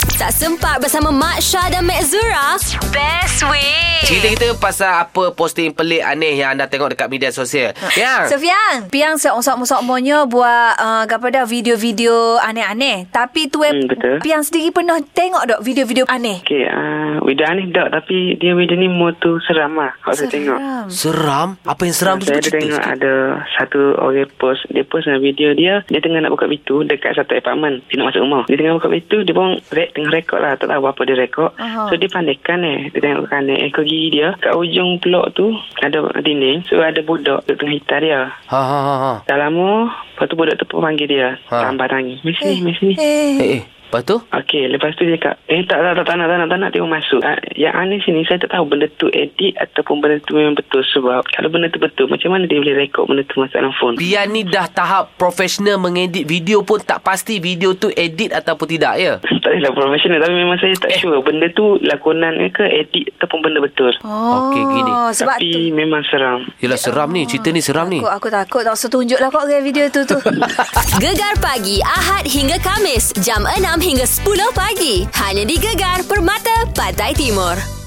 Tak sempat bersama Mak Syah dan Mak Zura? Best way. Cerita kita pasal apa posting pelik aneh yang anda tengok dekat media sosial. Ya. Sofian, piang seongsok-mosok-monyo buat uh, gapada video-video aneh-aneh. Tapi tu eh, Hmm, betul. piang sendiri pernah tengok dok video-video aneh. Okey, uh, video aneh tak tapi dia video ni motor seram lah kalau saya tengok. Seram. Seram? Apa yang seram tu? saya Cuba ada cerita tengok eh. sikit. ada satu orang post Dia post dalam video dia Dia tengah nak buka pintu Dekat satu apartment Dia nak masuk rumah Dia tengah buka pintu Dia pun re- tengah rekod lah Tak tahu apa dia rekod Aha. So dia pandaikan eh Dia tengok ke kanan Ekor gigi dia Kat ujung blok tu Ada dinding So ada budak Duduk tengah hitar dia Ha ha ha. ha. Dah lama Lepas tu budak tu pun panggil dia Ha. Tambah tangi Mari sini, mari sini Eh, Eh, eh. Lepas tu? Okey, lepas tu dia cakap, eh tak, tak, tak, tak nak, tak nak, tak nak, dia pun masuk. Ha, yang aneh sini, saya tak tahu benda tu edit ataupun benda tu memang betul. Sebab kalau benda tu betul, macam mana dia boleh rekod benda tu masuk dalam phone? Pian ni dah tahap profesional mengedit video pun tak pasti video tu edit ataupun tidak ya? tak adalah profesional, tapi memang saya Eh. tak sure. Benda tu lakonan ke edit ataupun benda betul. Oh, Okey, gini. Sebab tapi tu. memang seram. Yelah seram ni. Cerita ni seram ni. Aku, aku takut tak setunjuk lah kok dengan video tu tu. Gegar pagi Ahad hingga Kamis jam 6 hingga 10 pagi hanya di Gegar Permata Pantai Timur.